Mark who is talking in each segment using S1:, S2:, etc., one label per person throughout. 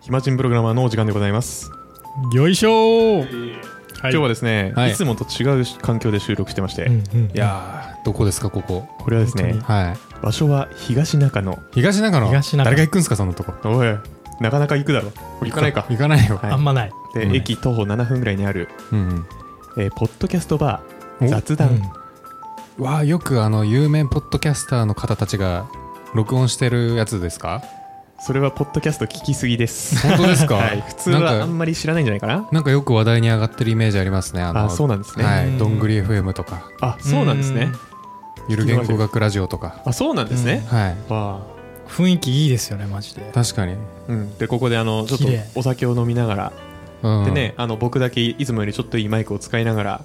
S1: 暇人プログラマーのお時間でございます、
S2: よいしょー、はい、
S1: 今日はですね、
S3: はい
S1: い、つもと違う環境で収録してまして、
S2: うんう
S3: い
S2: ん
S3: やーどこですかここ
S1: これはですね
S2: 本
S3: はい
S1: 場所は東中野
S3: 東中野
S2: 東中野
S3: 誰が行くんすかそんなとこ
S1: おいなかなか行くだろ行かないか
S3: 行かないよ、
S1: はい
S2: あんまない、
S1: で、
S3: うん
S1: 駅徒歩7分ぐらいにある、
S3: うん
S1: えーポッドキャストバ
S3: お
S1: ー雑
S2: う
S1: 談、
S2: ん
S3: うんわあよくあの有名ポッドキャスターの方たちが録音してるやつですか
S1: それはポッドキャスト聞きすぎです
S3: 本当です か、
S1: はい普通
S3: な
S1: はあ
S3: んか
S1: んまり知らないんじゃないかな
S3: なんかよく話題に上がってるイメージありますねあの
S1: あそうなんですね、
S3: はい
S2: うん
S3: どんぐり FM とか
S1: あそうなんですね
S3: ゆる言語学ラジオとか
S1: あそうなんですね、
S3: はい
S1: わあ
S2: 雰囲気いいですよねマジで
S3: 確かに、
S1: うん、でここであのちょっ
S2: 綺麗
S1: とお酒を飲みながら、
S3: うん、
S1: でねあの僕だけいつもよりちょっといいマイクを使いながら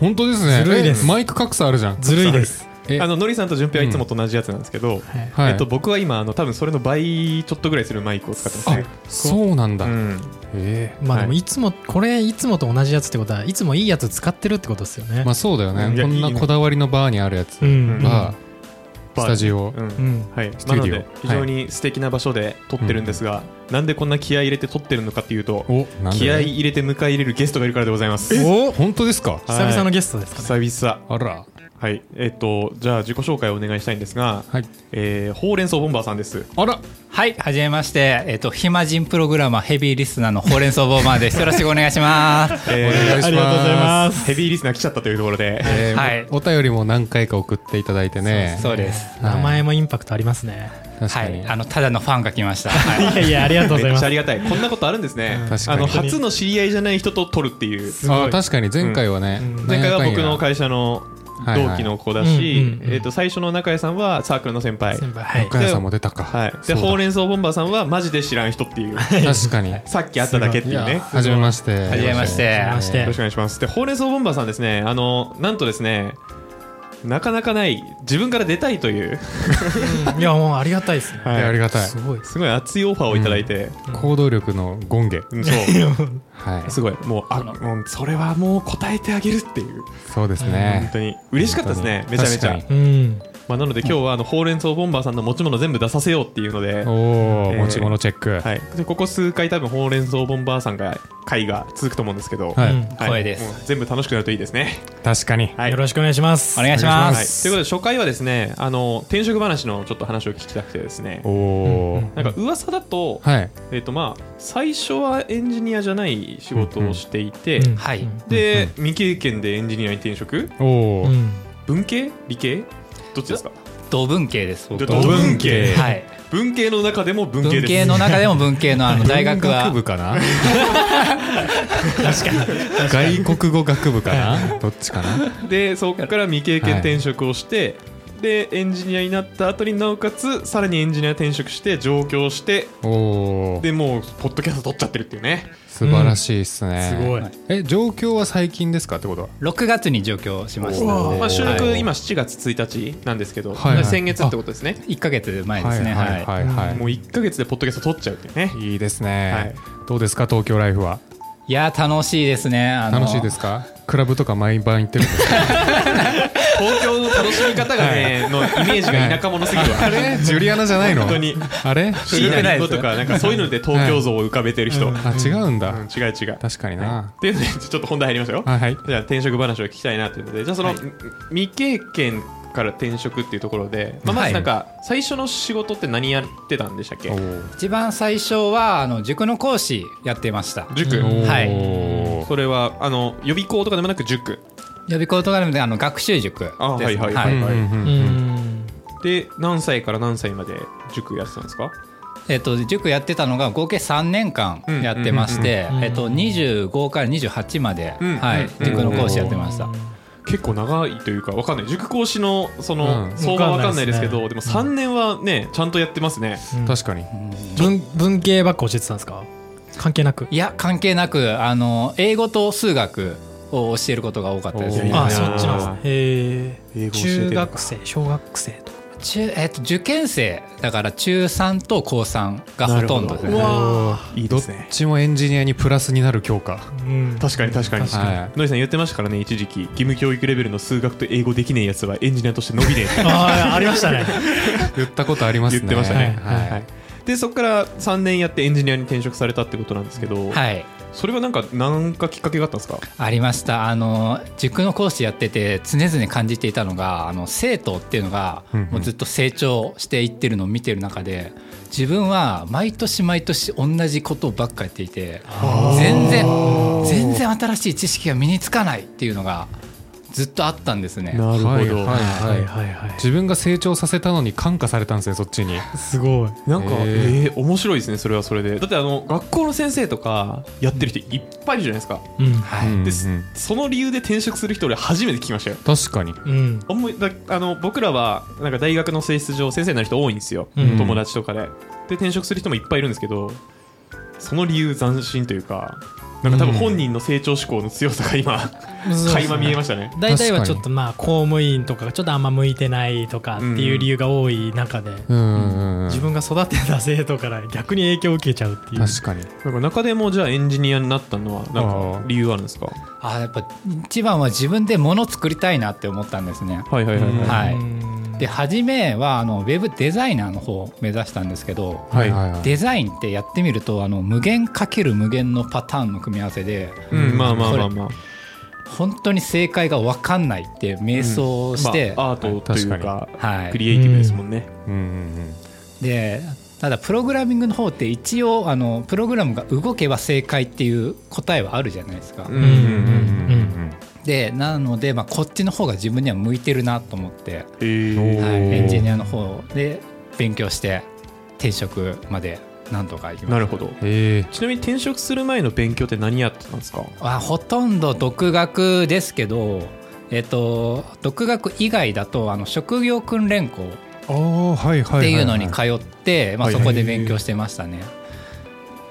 S3: 本当ですね
S2: ずるいです
S3: えマイク格差あるじゃん
S2: ずるいです、
S3: え
S1: あののりさんと順平はいつもと同じやつなんですけど、
S2: はい
S3: はい、
S1: えっと、僕は今あの多分それの倍ちょっとぐらいするマイクを使ってます
S3: あ
S1: ね
S3: そうなんだ、
S1: うん、
S3: え
S2: まあでも
S1: はい
S2: いつもこれいつもと同じやつってことはいつもいいやつ使ってるってことですよね、
S3: え まあそうだよ
S1: うんい
S3: ね
S1: や
S3: こん
S1: いい
S3: な
S1: ね
S3: こだわりのバーにあるやつ
S2: う
S1: うん
S2: ん、
S3: が
S1: バー
S3: スタジオ
S1: うん
S2: うん
S1: はい
S3: ス
S1: な
S3: タジオ
S1: の
S3: はい
S1: で非常に素敵な場所で撮ってるんですが、なんでこんな気合い入れて撮ってるのかっていうと
S3: おなん
S1: 気合い
S3: で
S1: 入れて迎え入れるゲストがいるからでございます久
S2: お
S3: 本当ですか
S2: 久々のゲストですかね、
S1: 々
S3: あら
S1: はいえっとじゃあ自己紹介をお願いしたいんですが、
S3: はい
S1: えーほうれん草ボンバーさんです
S3: あら
S4: はい、はじめまして、えっ、と、暇人プログラマーヘビーリスナーのほうれん草ボーマーです。よろしくお願いします。
S1: えー
S3: お願いします
S2: ありがとうございます
S1: ヘビーリスナー来ちゃったというところで、
S3: えー
S4: はい
S3: お便りも何回か送っていただいてね
S4: そうです。
S3: はい
S2: 名前もインパクトありますね、
S3: 確
S4: は
S3: かに、
S4: い、あの、ただのファンが来ました。はい
S2: い、やいやありがとうござ
S1: め
S2: い
S1: っ
S2: ま
S1: ちゃあ
S2: す
S1: りがたいこんなことあるんですね
S2: うん
S3: 確か
S1: あ
S3: に
S1: の初の知り合いじゃない人と撮るっていう
S2: すごい
S3: あ確かに前回はね、
S2: うん
S1: 前回は
S3: なんや
S1: 僕
S3: かんや
S1: の会社の同期の子だ
S2: はいはいうん
S1: し
S2: うんうん
S1: えっと最初の中谷さんはサークルの先輩
S2: 先輩はい
S3: 中谷さんも出たか
S1: はい
S3: そ
S1: で
S3: うだ
S1: ほうれん草ボンバーさんはマジで知らん人っていう
S3: 確かに
S1: さっき会っただけって
S3: い
S1: いうね
S3: やはじめましては
S4: じめまして
S2: はじめまして
S1: よろしくお願いしますでほうれん草ボンバーさんですねあのなんとですねなかなかない自分から出たいという
S2: いやもうありがたいですね、
S1: はい
S3: ありがたい
S2: すごい
S1: すごい熱いオファーをいただいて
S3: 行動力のゴンゲ
S1: うんそう
S3: はい
S1: すごいもうあもうそれはもう答えてあげるっていう
S3: そうです
S1: 本
S3: ね
S1: 当に嬉しかったですねめちゃめちゃ
S3: 確か
S2: うん
S1: まあ、なので今日はあのほうれん草ボンバーさんの持ち物全部出させようっていうので,、は
S3: おお
S1: えー
S3: 持ち物チェックはい
S1: い、でここ数回多分ほうれん草ボンバーさんが回が続くと思うんですけど、
S2: い
S1: はい
S4: 光栄です
S1: もう全部楽しくなるといいですね。
S3: 確かに
S1: はい
S2: よろしくお願いします
S4: お願いし
S1: は
S4: ま
S1: い、
S4: す。
S1: ということで初回はですねあの転職話のちょっと話を聞きたくてですね
S3: おお
S1: なんか噂だと,、
S3: はい
S1: えっとまあ、最初はエンジニアじゃない仕事をしていて、
S2: うん
S4: はい
S1: で未経験でエンジニアに転職
S3: お
S2: う
S3: お
S2: ん
S1: 文系理系どっちですか
S4: 土文系です。僕
S1: 土文系
S4: はい。
S1: 文系の中でも文系
S4: 文
S1: です
S4: 系の中でも文系のあの大学は
S3: 文学部かな確かに外国語学部かなどっちかな
S1: でそこから未経験転職をして、でエンジニアになった後になおかつさらにエンジニア転職して上京して
S3: おお
S1: でもうポッドキャスト撮っちゃってるっていうね
S3: 素晴らしいですね、
S2: すごい、
S3: え状況は最近ですかってことは
S4: 6月に上京しまし
S2: うわ
S4: た。
S1: まあ、収録
S3: はい
S1: 今7月1日なんですけど、
S3: はいはい
S1: 先月ってことですね
S4: 1ヶ月前ですね。はい。、
S3: はいはい、
S1: もう1か月でポッドキャスト撮っちゃうっていうね
S3: い、いですね、
S1: はい
S3: どうですか東京ライフはい
S4: やー、楽しいですね。あの
S3: 楽しいですかクラブとか毎晩行ってるんですか
S1: 東京の楽しみ方がね、のイメージが田舎者すぎるわ、
S3: あれ ジュリアナじゃないの
S1: 本当に
S3: あれ
S1: シーナリンゴとかなんかそういうので東京像を浮かべてる人、うん
S3: あ違うんだ、
S1: 違う違う
S3: 確かに
S1: は、
S3: ない
S1: っていうのでちょっと本題入りましたよ
S3: はいはい
S1: じゃあ転職話を聞きたいなというのでじゃあその、み未経験から転職っていうところで、まあ、まずなんか最初の仕事って何やってたんでしたっけ、
S3: おー
S4: 一番最初は、あの、塾の講師やってました。
S1: 塾、
S3: おー
S4: はい
S1: それはあの予備校とかでもなく塾
S4: 予備校とかでも、あの、学習塾です。
S1: あはいはい
S3: うんうんうん
S2: う
S3: うん
S2: ん
S1: で何歳から何歳まで塾やってたんですか
S4: えっと、塾やってたのが合計3年間やってまして、
S2: うんうんうんうん
S4: えっと、25から28まで、
S1: うん
S4: は
S1: う
S4: い
S1: ん、
S4: 塾の講師やってました、
S1: 結構長いというかわかんない塾講師のその、
S3: うん
S1: 相場はわかんないですけどでも
S2: わ
S1: 3年はねちゃんとやってますね、
S3: 確かに
S2: 文文系ばっか教えてたんですか関係なく
S4: いや関係なくあの英語と数学を教えることが多かったです
S3: おーいい
S4: ね
S3: な
S2: あ
S4: はい
S2: そっちなんですねへ
S1: 英
S2: え
S1: 語教えてる
S2: 中学生小学生とか
S4: 中えっと、受験生だから中3と高3がほとんどです
S1: なるほどう
S4: ね
S2: わ
S1: いい
S3: どっちもエンジニアにプラスになる教 科
S2: うん
S1: 確かに確かに
S2: 確か
S3: は
S1: ノリさん言ってましたからね一時期義務教育レベルの数学と英語できねえやつはエンジニアとして伸びねえって
S2: あーありましたね
S3: い言ったことありますね
S1: 言ってましたね
S3: はい、
S1: はいでそこから3年やってエンジニアに転職されたってことなんですけど、
S4: はい
S1: それはなんか何かきっかけがあったんですか
S4: ありましたあの塾の講師やってて常々感じていたのがあの生徒っていうのが
S3: うんうん
S4: もうずっと成長していってるのを見てる中で自分は毎年毎年同じことばっかやっていて全然全然新しい知識が身につかないっていうのがずっとあったんですね。
S1: な
S3: はいはいはい
S1: はいは
S3: 自分が成長させたのに感化されたんですねそっちに
S2: すごい。
S1: なんか、
S3: へー
S1: えー面白いですねそれはそれでだってあの学校の先生とかやってる人いっぱいいるじゃないですか、
S2: うん。
S4: はい
S3: うん
S1: です
S3: うん
S1: その理由で転職する人俺初めて聞きましたよ
S3: 確かに
S2: うん。
S1: あんまりだあの僕らはなんか大学の性質上先生になる人多いんですよ、
S2: うん
S1: 友達とかでで転職する人もいっぱいいるんですけどその理由斬新というかなんか多分本人の成長志向の強さが今、垣間見えましたね
S2: 大体はちょっとまあ公務員とかがちょっとあんま向いてないとかっていう理由が多い中で、
S3: うんうんうん
S2: 自分が育てた生徒から逆に影響を受けちゃうっていう。
S3: 確かに
S1: なんか中でもじゃあエンジニアになったのはなんか理由あるんですか
S4: あやっぱ一番は自分で物を作りたいなって思ったんですね。
S1: はいはいはいはい、
S2: うん
S4: はい
S2: うん
S4: で初めはあのウェブデザイナーの方を目指したんですけど、
S1: はい
S3: い
S4: デザインってやってみるとあの無限かける無限のパターンの組み合わせで
S1: うん、まあまあまあまあ
S4: 本当に正解が分かんないって瞑想して、
S1: まあ、アートというか
S4: はい
S1: クリエイティブですもんね、
S3: うんうん
S4: でただプログラミングの方って一応あのプログラムが動けば正解っていう答えはあるじゃないですか、
S1: うん
S3: うんうんうんうん
S4: でなので、まあ、こっちの方が自分には向いてるなと思って、
S1: えー
S3: おー
S4: はいエンジニアの方で勉強して転職までなんとか行き
S1: な
S4: まし
S1: る
S4: た
S1: ほど
S3: え
S1: ちなみに転職する前の勉強って何やってたんですか
S4: あほとんど独学ですけど、えっと独学以外だとあの職業訓練校
S3: ー、ああはいはいはは
S4: っていうのに通って、まあ、
S1: はい
S4: そこで勉強してましたね、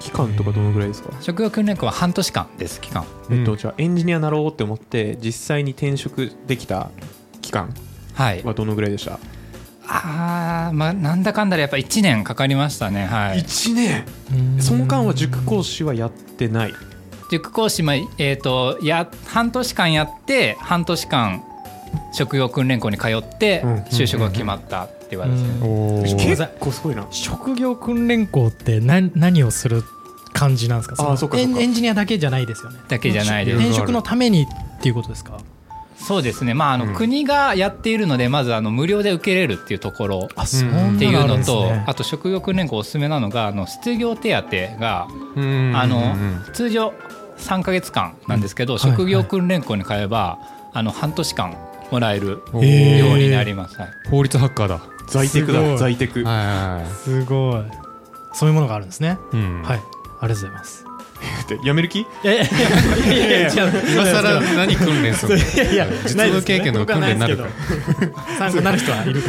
S1: 期間とかどのぐらいですか、
S4: 職業訓練校は半年間です期間
S1: えっ
S3: う
S1: と
S3: ん
S1: じゃあエンジニアなろうって思って実際に転職できた期間
S4: はい
S1: はどのぐらいでした、
S4: あーまあなんだかんだでやっぱ1年かかりましたねはい
S1: 1年その間は塾講師はやってない
S4: 塾講師も、えっとや半年間やって半年間職業訓練校に通って
S1: うん
S4: 就職が決まったって言われですね、
S2: うん
S3: おー
S1: 結構すごいな
S2: 職業訓練校って何何をする感じなんですか
S1: あー
S2: の
S1: そっかそっか
S2: エンエンジニアだけじゃないですよね
S4: だけじゃないです
S2: 転職のためにっていうことですか
S4: そうですね、まああの
S3: うん
S4: 国がやっているのでまずあの無料で受けれるっていうところ
S2: あ
S3: そんなのあるんで
S4: って
S3: す
S4: い
S3: ね
S4: うのとあと職業訓練校おすすめなのがあの失業手当が
S3: うんうんうんうん
S4: あの通常3ヶ月間なんですけど
S2: はいはい
S4: 職業訓練校に通えばあの半年間もらえる
S3: お
S2: へ
S3: ー
S2: ー
S4: ようになります。はい
S3: 法律ハッカーだは
S1: 在宅
S2: すご
S1: だ
S2: い
S1: 在宅
S3: いはいは
S2: すごいそういうものがあるんですね
S3: いうん
S2: はいありがとうございます
S1: ってやめる気
S2: いやいやいやいや違う
S3: 今更何訓練す るの
S2: いやいや
S3: 実務経験の訓練になるか
S2: ないですけど参考になる人はいるかと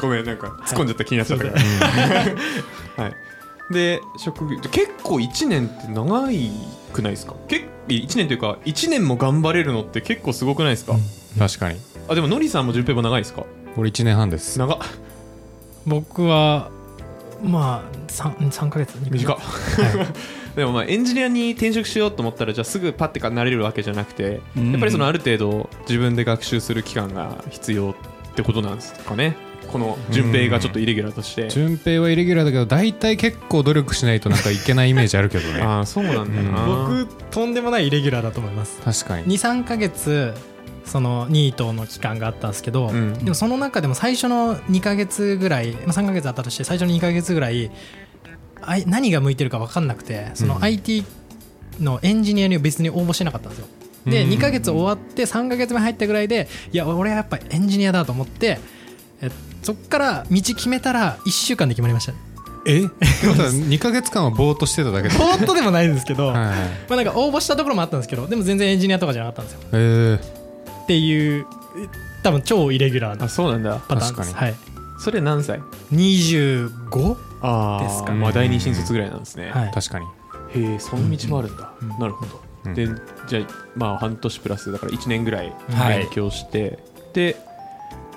S1: ごめんなんか突っ込んじゃった気になっちゃったから、 はい、で職業結構1年って長いくないですか結1年というか1年も頑張れるのって結構すごくないですか、
S3: 確かに
S1: あでものりさんも順平も長いですか
S3: 俺1年半です
S1: 長っ
S2: 僕はまあ 3, 三ヶ月
S1: 短っ、
S2: は
S1: でもまあエンジニアに転職しようと思ったらじゃあすぐパッてかなれるわけじゃなくて、
S4: うん
S1: やっぱりそのある程度自分で学習する期間が必要ってことなんですかねこの順平がちょっとイレギュラーとして、
S3: 順平はイレギュラーだけど大体結構努力しないとなんかいけないイメージあるけど ね
S1: ああそうなんだな、
S2: 僕とんでもないイレギュラーだと思います
S3: 確かに
S2: 23ヶ月そのニートの期間があったんですけど、
S1: うん
S2: でもその中でも最初の2ヶ月ぐらい、まあ、3ヶ月あったとして最初の2ヶ月ぐらいあい何が向いてるか分かんなくてそ
S3: うん
S2: の IT のエンジニアに別に応募してなかったんですよで
S3: うん
S2: 2ヶ月終わって3ヶ月目入ったぐらいでいや俺はやっぱエンジニアだと思ってえそっから道決めたら1週間で決まり ました
S3: え2ヶ月間はぼーっとしてた だけで
S2: ぼーっとでもないんですけど、
S3: はい
S2: ま
S3: はい
S2: あなんか応募したところもあったんですけどでも全然エンジニアとかじゃなかったんですよ
S3: えー
S2: っていうえ多分超イレギュラーな
S1: あそうなんだ
S2: パターンです
S3: 確
S2: はい
S1: それ何歳
S2: 25?
S1: あー
S2: ですかね
S1: まあ、第二新卒ぐらいなんですね、
S2: はい
S3: 確かに
S1: へえその道もあるんだ、
S2: ん
S1: なるほど、
S3: うん
S1: でじゃあまあ半年プラスだから1年ぐらい
S4: はい
S1: 勉強して、で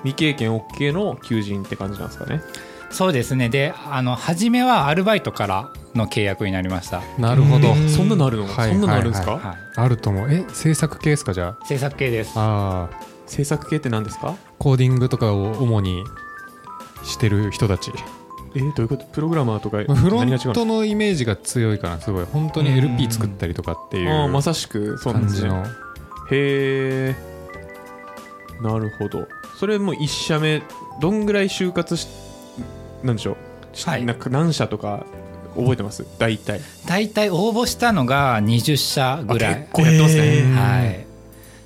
S1: 未経験 OK の求人って感じなんですかね
S4: そうですねであの初めはアルバイトからの契約になりました、
S3: なるほど
S2: うん
S1: そんなのあるの、
S3: はい
S1: そんなのあるんですか、
S4: は
S3: あると思うえ制作系ですかじゃ
S4: い、制作系です
S3: あああ
S1: 制作系って何ですか
S3: コーディングとかを主にしてる人たち
S1: えー、どういうことプログラマーとか
S3: まあフロ
S1: 何が
S3: ン
S1: 違う
S3: トのイメージが強いからすごい本当に
S1: うん
S3: LP 作ったりとかっていう
S1: のああまさしくそうなん
S3: 感
S1: ですね
S3: じの
S1: へえなるほどそれも1社目どんぐらい就活しなんでしょう、し
S4: はい
S1: なんか何社とか覚えてます大体
S4: 大体応募したのが20社ぐら
S1: あ
S4: い
S1: 結構やってますね、
S2: へー
S4: はい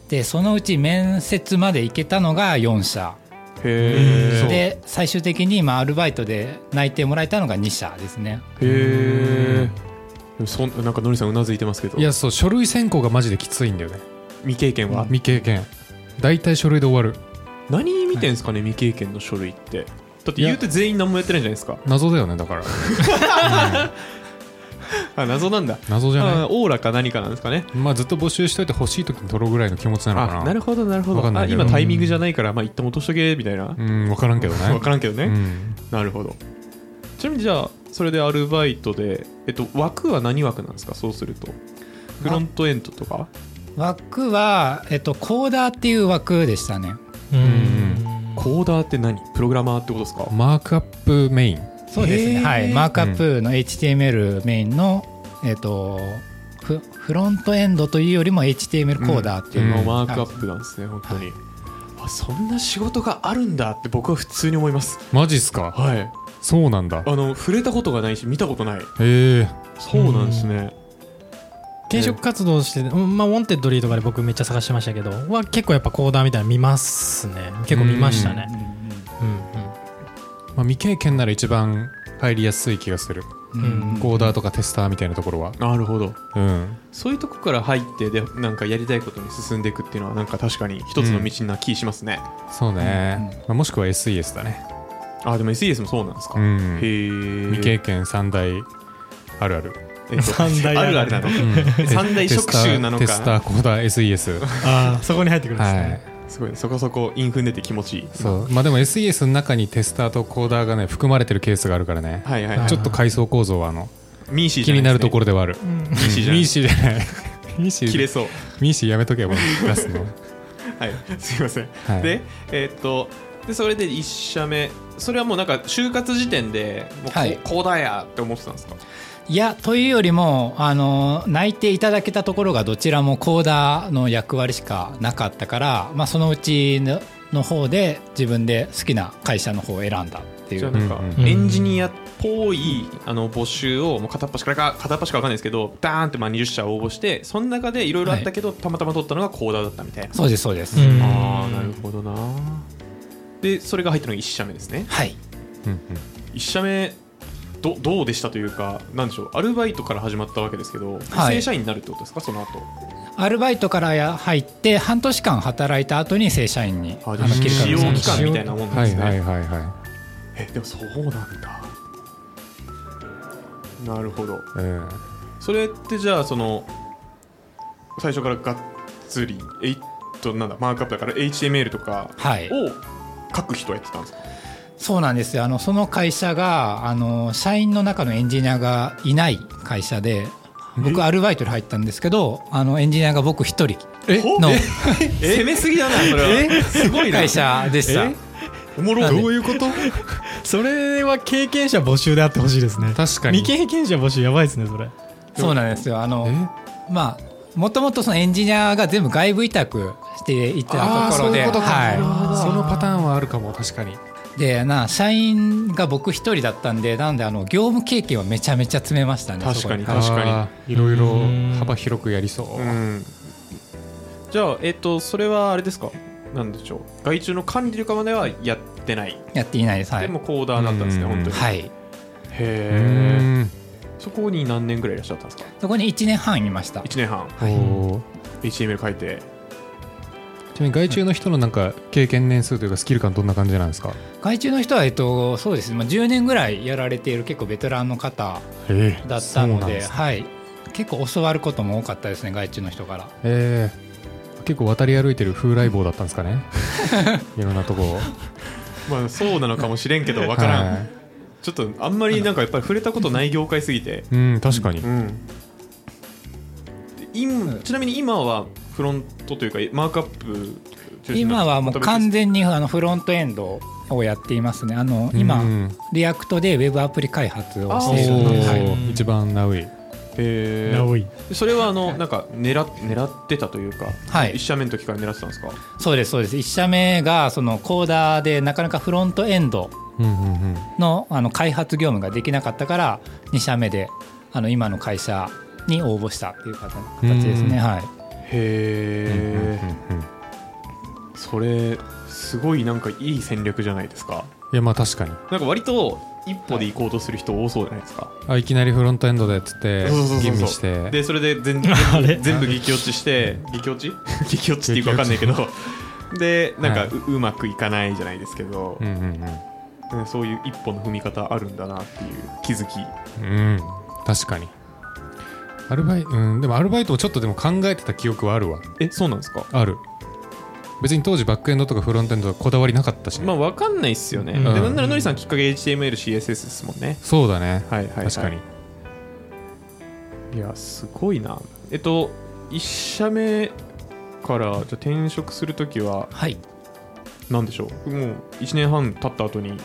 S4: でそのうち面接まで行けたのが4社
S1: へえ
S4: で最終的に今アルバイトで内定もらえたのが2社ですね
S1: へえそんなんかのりさんうなずいてますけど
S3: いやそう書類選考がマジできついんだよね
S1: 未経験は、
S3: 未経験大体書類で終わる
S1: 何見てんすかね、未経験の書類ってだって
S3: いや
S1: 言うて全員何もやってないじゃないですか
S3: 謎だよねだから
S1: あ謎なんだ
S3: 謎じゃな
S1: あオーラか何かなんですかね
S3: いまあずっと募集しといて欲しい時に取るぐらいの気持ちなのかな
S1: あなるほどなるほ
S3: わ
S1: ど
S3: かんな
S1: あ
S3: いけど
S1: 今タイミングじゃないから、まあ一旦落としとけみたいな、
S3: うん分からんけどね
S1: 分からんけどね、
S3: うん
S1: なるほどちなみにじゃあそれでアルバイトで、えっと、枠は何枠なんですかそうするとフロントエンドとか
S4: 枠は、えっと、コーダーっていう枠でしたね
S2: うん
S1: コーダーって何プログラマーってことですか
S3: マークアップメイン
S4: そうです
S1: へ
S4: ね
S1: ー
S4: はいマークアップの HTML メインの、えっとフフロントエンドというよりも HTML コーダーっていうの
S1: の
S4: を
S1: マークアップなんですね、本当に、あそんな仕事があるんだって僕は普通に思います
S3: マジっすか
S1: はい
S3: そうなんだ
S1: あの触れたことがないし見たことない
S3: へえ
S1: そうなんですね、
S2: 転職活動して、うんまあ、ウォンテッドリーとかで僕めっちゃ探してましたけどは結構やっぱコーダーみたいなの見ますね結構見ましたねうん
S3: まあ、未経験なら一番入りやすい気がする、
S4: うんうんうん
S3: コーダーとかテスターみたいなところは
S1: なるほど
S3: うん
S1: そういうとこから入ってでなんかやりたいことに進んでいくっていうのはなんか確かに一つの道な気しますね、
S3: そうね、
S4: うんうん
S3: まあ、もしくは SES だね、
S1: あでも SES もそうなんですか、
S3: う
S1: へ
S3: ん、
S1: え
S3: 未経験三大あるある、
S1: えっと
S2: 三大
S1: あるあるなの 三大職種なのか
S3: テスターテスターコーダー SES
S2: ああそこに入ってくるんですね、
S3: はい
S1: すごいねそこそこインフン出て気持ちいい
S3: そうまあでも SES の中にテスターとコーダーがね含まれてるケースがあるからね、
S1: はいはいはい
S3: ちょっと階層構造はあの
S1: ミーシーじ
S3: 気
S1: ゃ
S3: に
S1: な
S3: ないると
S1: ろ
S3: ころではある
S1: ミーシーじゃない
S3: ミーシーじゃないミーシ
S1: 切れ
S3: ー
S1: そう
S3: ミーシーやめとけば出すの
S1: はいすいません、
S3: はい
S1: でえーっとでそれで1社目それはもうなんか就活時点でもうこ,、
S4: はい
S1: こうだやって思ってたんですか
S4: いやというよりもあの内定いただけたところがどちらもコーダーの役割しかなかったから、まあ、そのうちのの方で自分で好きな会社の方を選んだってい
S1: じゃあ
S4: う
S1: なんか
S3: うん
S2: うん
S1: エンジニアっぽいあの募集をもう片っ端からか片っ端か分かんないですけどダーンってまあ20社応募してその中でいろいろあったけど、たまたま取ったのがコーダーだったみたいな
S4: そうですそうです、
S2: うん
S1: ああなるほどなでそれが入ったのが1社目ですね
S4: はい
S3: うんうん
S1: 1社目どどうでしたというかなんでしょうアルバイトから始まったわけですけど、
S4: はい
S1: 正社員になるってことですかその後
S4: アルバイトからや入って半年間働いた後に正社員に
S1: あ
S4: あ
S1: で
S4: の
S1: も
S4: 切り
S1: 使
S4: 替
S1: 用
S4: えま
S1: 期
S4: した
S1: 間みたいなもんなん
S3: は
S1: です
S3: い
S1: ね、
S3: はいはいは
S1: えでもそうなんだなるほど
S3: い、うん
S1: それってじゃあその最初からがっつりえいとなんだマークアップだから HTML とか
S4: はい
S1: を書く人はやってたんですか、
S4: そうなんですよあのその会社があの社員の中のエンジニアがいない会社で僕アルバイトで入ったんですけどあのエンジニアが僕一人
S1: え
S4: の
S1: 攻めすぎだなそれはすごいな
S4: 会社でした
S1: えおもろ
S4: なんでどう
S1: いうこと
S2: それは経験者募集であってほしいですね
S3: 確かに
S2: 未経験者募集やばいですねそれ
S4: そうなんですよあのまあもともとそのエンジニアが全部外部委託していたところではい
S3: そのパターンはあるかも確かに
S4: でな社員が僕一人だったんでなんであの業務経験はめちゃめちゃ詰めましたね
S1: 確
S4: そ
S1: か
S4: こ
S1: に
S4: で
S1: 確か
S3: あーいろいうろ
S2: ん
S3: 幅広くやりそう、
S1: にうんじゃあえっ、とそれはあれですかなんでしょう外注の管理とかまではやってない、
S4: やっていないですはい
S1: でもコーダーだったんですね
S3: うん
S1: 本当に、へ
S4: はい
S1: え
S3: へ
S1: そこに何年ぐらいいらっしゃったんですか
S4: そこに1年半いました
S1: 1年半
S3: え、おー
S1: HTML 書いて
S3: ちなみに外注の人のなんか経験年数というかスキル感どんな感じなんですか
S4: 外注の人は、えっと、そうですね、まあ、10年ぐらいやられている結構ベテランの方
S3: え
S4: だったのではい、結構教わることも多かったですね外注の人から
S3: えー結構渡り歩いてる風来坊だったんです かねいろんなとこを
S1: まあそうなのかもしれんけど分からん、
S3: はい
S1: ちょっとあんまりなんかやっぱり触れたことない業界すぎて
S3: うん確かに、
S1: うんで今ちなみに今はフロントというかマークアップ中心なんですか
S4: 今はもう完全にあのフロントエンドをやっていますねあの
S3: うん
S4: 今、
S3: うん
S4: リアクトでウェブアプリ開発をしているの
S3: お
S4: で、
S3: ー
S4: はい
S3: 一番ナウイ
S1: え
S2: ナウイ
S1: それはあのなんか狙っ狙ってたというか、
S4: はい
S1: 一社目の時から狙ってたんですか
S4: そうですそうです1社目がそのコーダーでなかなかフロントエンド
S3: うんうんうん
S4: のあの開発業務ができなかったから2社目であの今の会社に応募したっていう形形です
S3: うん
S4: ね、はい、
S1: へえ
S3: うんうんうん
S1: それすごいなんかいい戦略じゃないですか
S3: いやまあ確かに
S1: なんか割と一歩で行こうとする人多そうじゃないですか、
S3: あいきなりフロントエンドでっつって
S1: そうそうそうそう
S3: 吟味して
S1: でそれで 全
S2: あれ
S1: 全部激落ちして 激落ち 激落ちっていうか分かんないけどでなんか,、
S3: はいう
S1: まくいかないじゃないですけど
S3: う、んうん
S1: ねそういう一歩の踏み方あるんだなっていう気づき
S3: うんうん確かにアルバイうんでもアルバイトをちょっとでも考えてた記憶はあるわ
S1: えそうなんですか
S3: ある別に当時バックエンドとかフロントエンドとかこだわりなかったしね、
S1: まあ分かんないっすよね、
S2: うん
S1: でなんならのりさんきっかけ HTML、CSS ですもんね
S3: そうだね
S1: はいはい、はい、
S3: 確かに
S1: いやすごいなえっと1社目からじゃあ転職するときは
S4: はい、
S1: 何でしょうもう1年半経った後に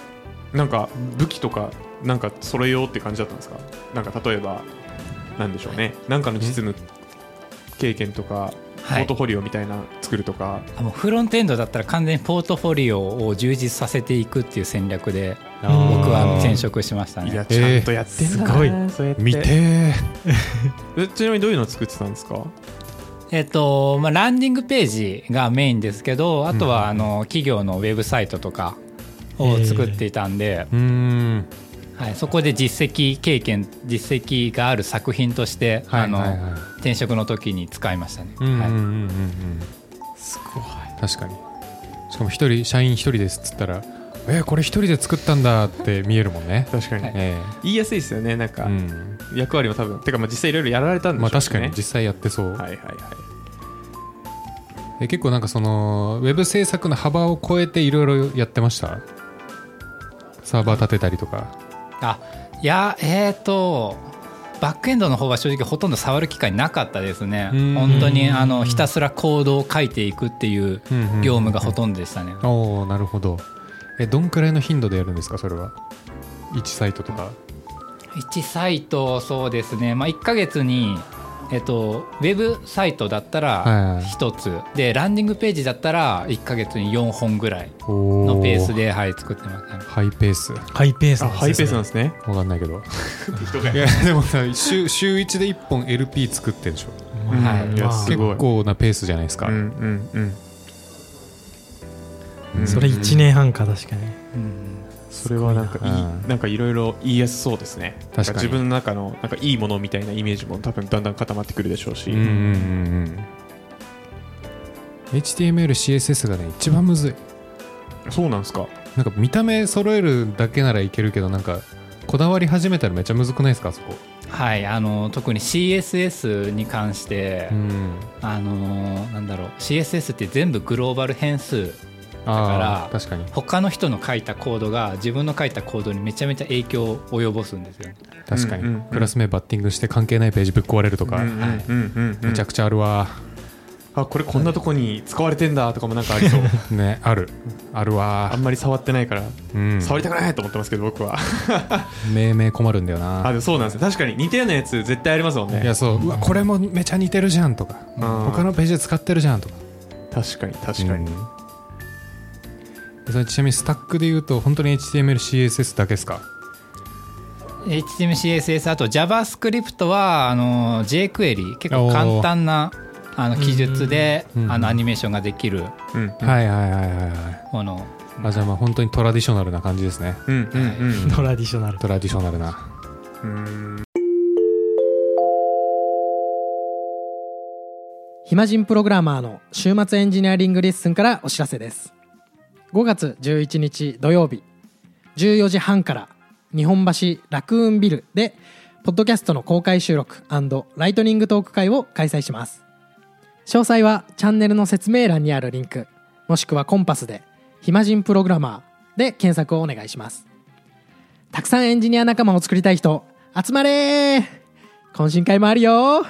S1: なんか武器とかなんか揃えようって感じだったんですかなんか例えばなんでしょうねなんかの実務経験とかポ
S4: は
S1: ー
S4: い
S1: ト、フォリオみたいな作るとか、
S4: あもうフロントエンドだったら完全にポートフォリオを充実させていくっていう戦略で
S3: 僕
S4: 僕はあの転職しました
S1: い、
S4: ね
S1: やちゃんとやってんだな、
S2: え
S1: そうやって
S3: 見て
S1: えちなみにどういうのを作ってたんですか
S4: えっとまあ、ランディングページがメインですけどあと
S3: うん
S4: はあの企業のウェブサイトとかを作っていたんで、
S3: ーうーん
S4: はい、そこで実績経験実績がある作品として、
S3: はいはい
S4: あの
S3: はい
S4: 転職の時に使いましたね、
S3: うんうんうんう
S4: は
S3: んうん
S2: すごい
S3: 確かにしかも一人社員一人ですっつったらえーこれ一人で作ったんだって見えるもんね
S1: 確かに、
S4: はい
S3: え
S1: 言いやすいですよねなん
S3: え
S1: か、
S3: うん
S1: 役割も多分てかまあ実際いろいろやられたんでし
S3: ま
S1: ょう
S3: あ
S1: ね、
S3: 確かに実際やってそう、
S1: はいはいはい
S3: え結構なんかそのウェブ制作の幅を超えていろいろやってましたサーバー立てたりとか
S4: い、あいやえっ、とバックエンドの方は正直ほとんど触る機会なかったですね
S3: うん
S4: 本当にあのひたすらコードを書いていくっていう業務がほ
S3: ん
S4: とんどでしたね、
S3: どおおなるほどえどんくらいの頻度でやるんですかそれは1サイトとか
S4: 1サイトそうですね、まあ、1ヶ月に、えっと、ウェブサイトだった
S3: はいは
S4: ら
S3: い
S4: 1つ、でランディングページだったら1ヶ月に4本ぐらいの
S3: の
S4: ペースで、はい、作ってますね
S3: ハイペースわ
S2: ハイペース
S1: あ
S2: なんで
S1: ハ
S2: すね
S1: イペースなんですね。
S3: かんないけどいやでもさ週週1で1本 LP 作ってるでしょ
S4: はい
S1: いや
S2: まあ
S1: す
S3: 結
S1: ごい
S3: 構なペースじゃないですか、
S1: うんうんうんうん。
S2: それ1年半か確かに
S4: うん
S1: それはなんかい
S3: うん
S1: いなんかいろいろ言いやすそうですね。
S3: 確かに
S1: なん自分の中のなんかいいものみたいなイメージも多分だんだん固まってくるでしょうし。
S3: うんうんうんうん HTML、CSS がね、一番むずい。
S1: そうなんですか。
S3: なんか見た目揃えるだけならいけるけど、なんかこだわり始めたらめっちゃむずくないですか、あそこ。
S4: はいあの特に CSS に関して、
S3: うん。
S4: あのなんだろう CSS って全部グローバル変数
S3: ああ
S4: だから
S3: 確かに。
S4: 他の人の書いたコードが自分の書いたコードにめちゃめちゃ影響を及ぼすんですよね
S3: 確かに、
S1: うんうんうん
S3: クラス名バッティングして関係ないページぶっ壊れるとか、
S1: うんうんうんうん
S3: めちゃくちゃあるわ。
S1: あこれこんなとこに使われてんだとかもなんかあり そう。
S3: ね、ある。ある
S1: あ
S3: わ
S1: ん。まり触ってないから
S3: うん。
S1: 触りたくないと思ってますけど僕は。
S3: 命名困るんだよ
S1: あ
S3: な。
S1: でもそうなんですね。確かに似たようなやつ絶対ありますもん
S3: いや、
S1: ね。
S3: そう、うわ、これもめちゃ似てるじゃんとか、
S1: うん
S3: 他のページで使ってるじゃんとか。
S1: 確かに確かに。
S3: うんそれちなみにスタックで言うと本当に HTML、CSS だけですか
S4: HTML、CSS あと JavaScript はあの JQuery 結構簡単なあの記述で
S3: うん
S4: あのアニメーションができる
S1: うん
S3: はいはいはいはいはい
S4: もの
S3: あじゃあまあ本当にトラディショナルな感じですね
S1: うんうんうん。
S2: トラディショナル
S3: トラディショナルな
S5: 暇人プログラマーの週末エンジニアリングレッスンからお知らせです5月11日土曜日14時半から日本橋ラクーンビルでポッドキャストの公開収録ライトニングトーク会を開催します詳細はチャンネルの説明欄にあるリンクもしくはコンパスで「暇人プログラマー」で検索をお願いしますたくさんエンジニア仲間を作りたい人集まれー懇親会もあるよ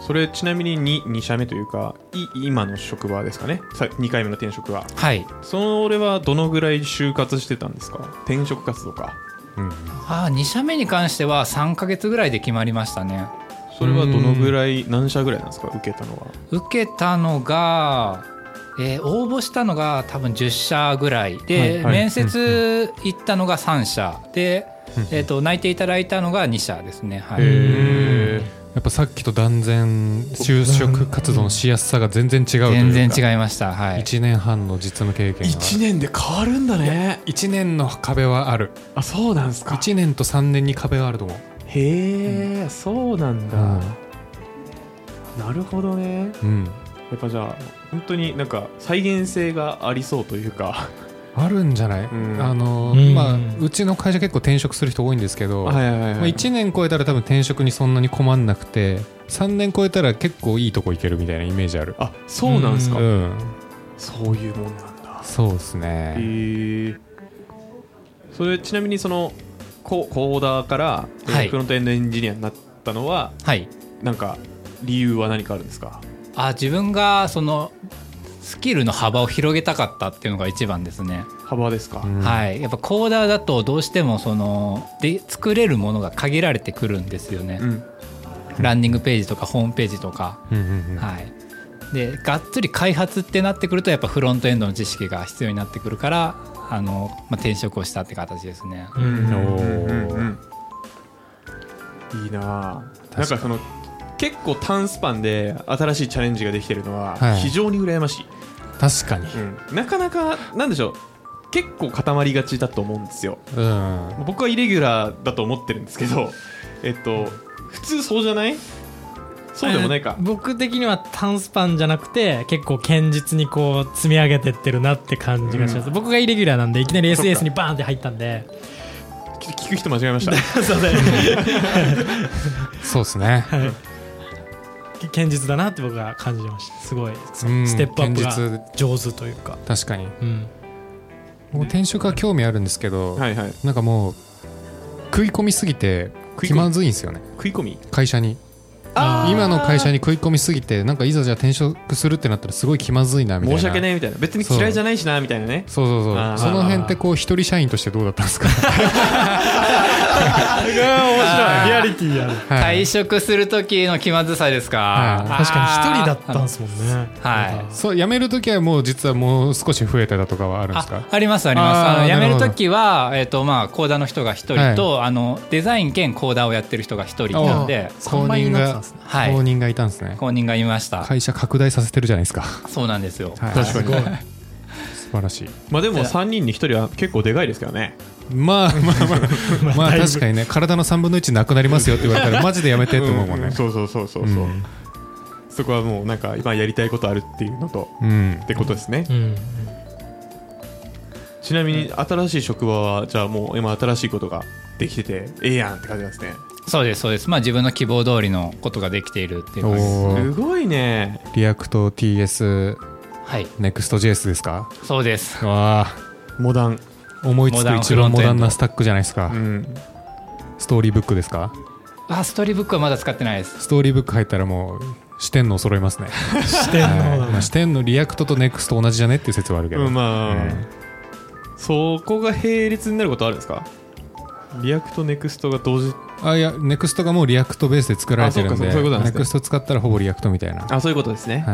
S1: そそれちなみに 2, 2社目というかい今の職場ですかねさ2回目の転職は
S4: はい
S1: それはどのぐらい就活してたんですか転職活動か
S3: うん
S4: ああ2社目に関しては3ヶ月ぐらいで決まりましたね
S1: それはどのぐらい何社ぐらいなんですか受けたのは
S4: 受けたのが、えー応募したのが多分10社ぐらいで、
S1: はいはい
S4: 面接行ったのが3社で、えー、と内定いただいたのが2社ですね、はい
S1: へ
S3: やっぱさっきと断然就職活動のしやすさが全然違うというか
S4: 全然違いました、はい、
S3: 1年半の実務経験が
S1: 1年で変わるんだね
S3: 1年の壁はある
S1: あそうなんですか
S3: 1年と3年に壁があると思う
S1: へえ、そうなんだ、なるほどね
S3: うん、
S1: やっぱじゃあ本当になんか再現性がありそうというか
S3: あるんじゃない、
S1: うん
S3: あの
S2: うん
S3: まあうちの会社結構転職する人多いんですけど、
S1: いはい
S3: まあ、1年超えたら多分転職にそんなに困んなくて3年超えたら結構いいとこ行けるみたいなイメージある
S1: あそうなんですか、
S3: うん
S1: そういうもんなんだ
S3: そうです
S1: へ
S3: ね、
S1: えそれちなみにそのココーダーから
S4: はい
S1: フロントエンドエンジニアになったのは、
S4: はい、
S1: なんか理由は何かあるんですか
S4: あ自分がそのスキルの幅を広げたかったっていうのが一番ですね、
S1: 幅ですか、
S3: うん
S4: はいやっぱコーダーだとどうしてもそので作れるものが限られてくるんですよね、
S1: うん
S4: ランニングページとかホームページとか、
S3: うんうんうん
S4: はい、でがっつり開発ってなってくるとやっぱフロントエンドの知識が必要になってくるからあの、まあ、転職をしたって形ですね。
S2: うん
S3: おー
S1: いいなあ
S3: 確かに
S1: なんかその結構短スパンで新しいチャレンジができてるのは
S3: はい
S1: 非常に羨ましい、
S3: 確かに
S1: うんなかなかなんでしょう結構固まりがちだと思うんですよ
S3: うん
S1: 僕はイレギュラーだと思ってるんですけ どえっと普通そうじゃないそうでもないか
S2: えー僕的には短スパンじゃなくて結構堅実にこう積み上げてってるなって感じがします、
S1: うん
S2: 僕がイレギュラーなんでいきなり
S1: そっか
S2: SS にバーンって入ったんで
S1: き聞く人間違えました
S2: そうだね
S3: そうですね
S2: 堅実だなって僕は感じましたすごいス
S3: うん
S2: ステップアップ
S3: 堅
S2: が上手というか、
S3: 確かに
S2: うん、
S3: もう転職は興味あるんですけど、
S1: はいはい
S3: なんかもう食い込みすぎて
S1: 食い込み
S3: 気まずいんですよね
S1: 食い込み
S3: 会社に
S2: あー
S3: 今の会社に食い込みすぎてなんかいざじゃあ転職するってなったらすごい気まずいなみたいな
S1: 申し訳ないいみたいな別に嫌いじゃないしなみたいなね
S3: そうそうそ
S1: あー
S3: うその辺ってこう一人社員としてどうだったんですか
S2: 面白いリアリティやる
S3: はい
S4: 退職する時の気まずさですか、
S3: はい
S2: 確かに一人だ
S4: あ
S2: ったんですもんね
S4: はい
S2: なんか
S3: そう辞める時はもう実はもう少し増えてたとかはあるんです
S4: あ
S3: か
S4: ありますあります
S3: あー
S4: あの辞
S3: な
S4: め
S3: るほ
S4: る
S3: ど
S4: 時は、えーとまあ、コーダーの人が一人と、あのデザイン兼コーダーをやってる人が一人いたんで
S2: 三枚になってたんですね
S4: は
S3: 公
S4: い
S3: 認がいたんですね
S4: 公認がいました、
S3: 会社拡大させてるじゃないですか、
S4: そうなんですよ、
S3: はい
S1: 確かに
S3: 素晴らしい
S1: まあでも3人に1人は結構でかいですけどね
S3: まあまあまあまあ確かにね体の3分の1なくなりますよって言われたらマジでやめてと思うもんね
S1: んそうそうそうそうそう、
S3: うん
S1: そこはもうなんか今やりたいことあるっていうのと
S3: うん
S1: ってことですね、
S2: うん
S1: ちなみに新しい職場はじゃあもう今新しいことができててええやんって感じなんですね
S4: そうですそうです、まあ、自分の希望通りのことができているっていう感じです
S3: お
S1: す
S3: ー
S1: ごいね
S3: リアクト TS
S4: はい
S3: ネクスト JS ですか
S4: そうです
S3: わあ
S1: モダン、
S3: 思いつく一番
S4: モ
S3: モダン
S4: ダンフロントエンド
S3: なスタックじゃないですか、
S1: うん、
S3: ストーリーブックですか
S4: あストーリーブックはまだ使ってないです
S3: ストーリーブック入ったらもう視点の揃いますね
S2: 視点の
S3: は
S2: 方
S3: い
S2: だ
S3: まあ視点のリアクトとネクスト同じじゃねっていう説はあるけど、
S1: うんまあ、
S3: うん
S1: そこが並列になることあるんですかリアクトネクストが同時
S3: あいやネクストがもうリアクトベースで作られてるんで
S1: あそうかそういうことなんです
S3: ネ
S1: ね
S3: クスト使ったらほぼリアクトみたいな、は
S1: あそういうことですね、
S3: い、